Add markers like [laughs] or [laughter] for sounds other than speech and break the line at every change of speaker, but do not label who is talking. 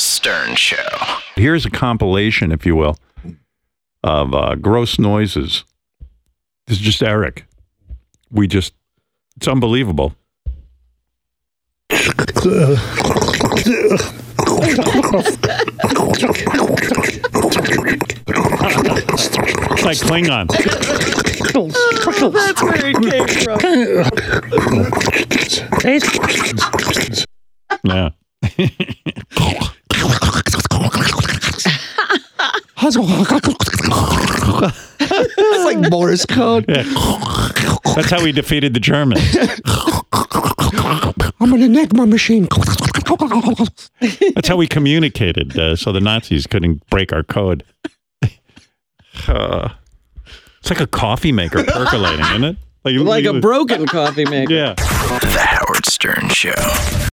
Show.
Here's a compilation, if you will, of uh, gross noises. This is just Eric. We just, it's unbelievable. It's like Klingon.
That's where it came from.
Yeah.
It's like Morse code.
That's how we defeated the Germans.
I'm an Enigma machine.
That's how we communicated, uh, so the Nazis couldn't break our
[laughs]
code. Uh, it's like a coffee maker percolating, isn't it?
Like a
bro.
broken coffee maker.
Yeah.
The Howard Stern Show.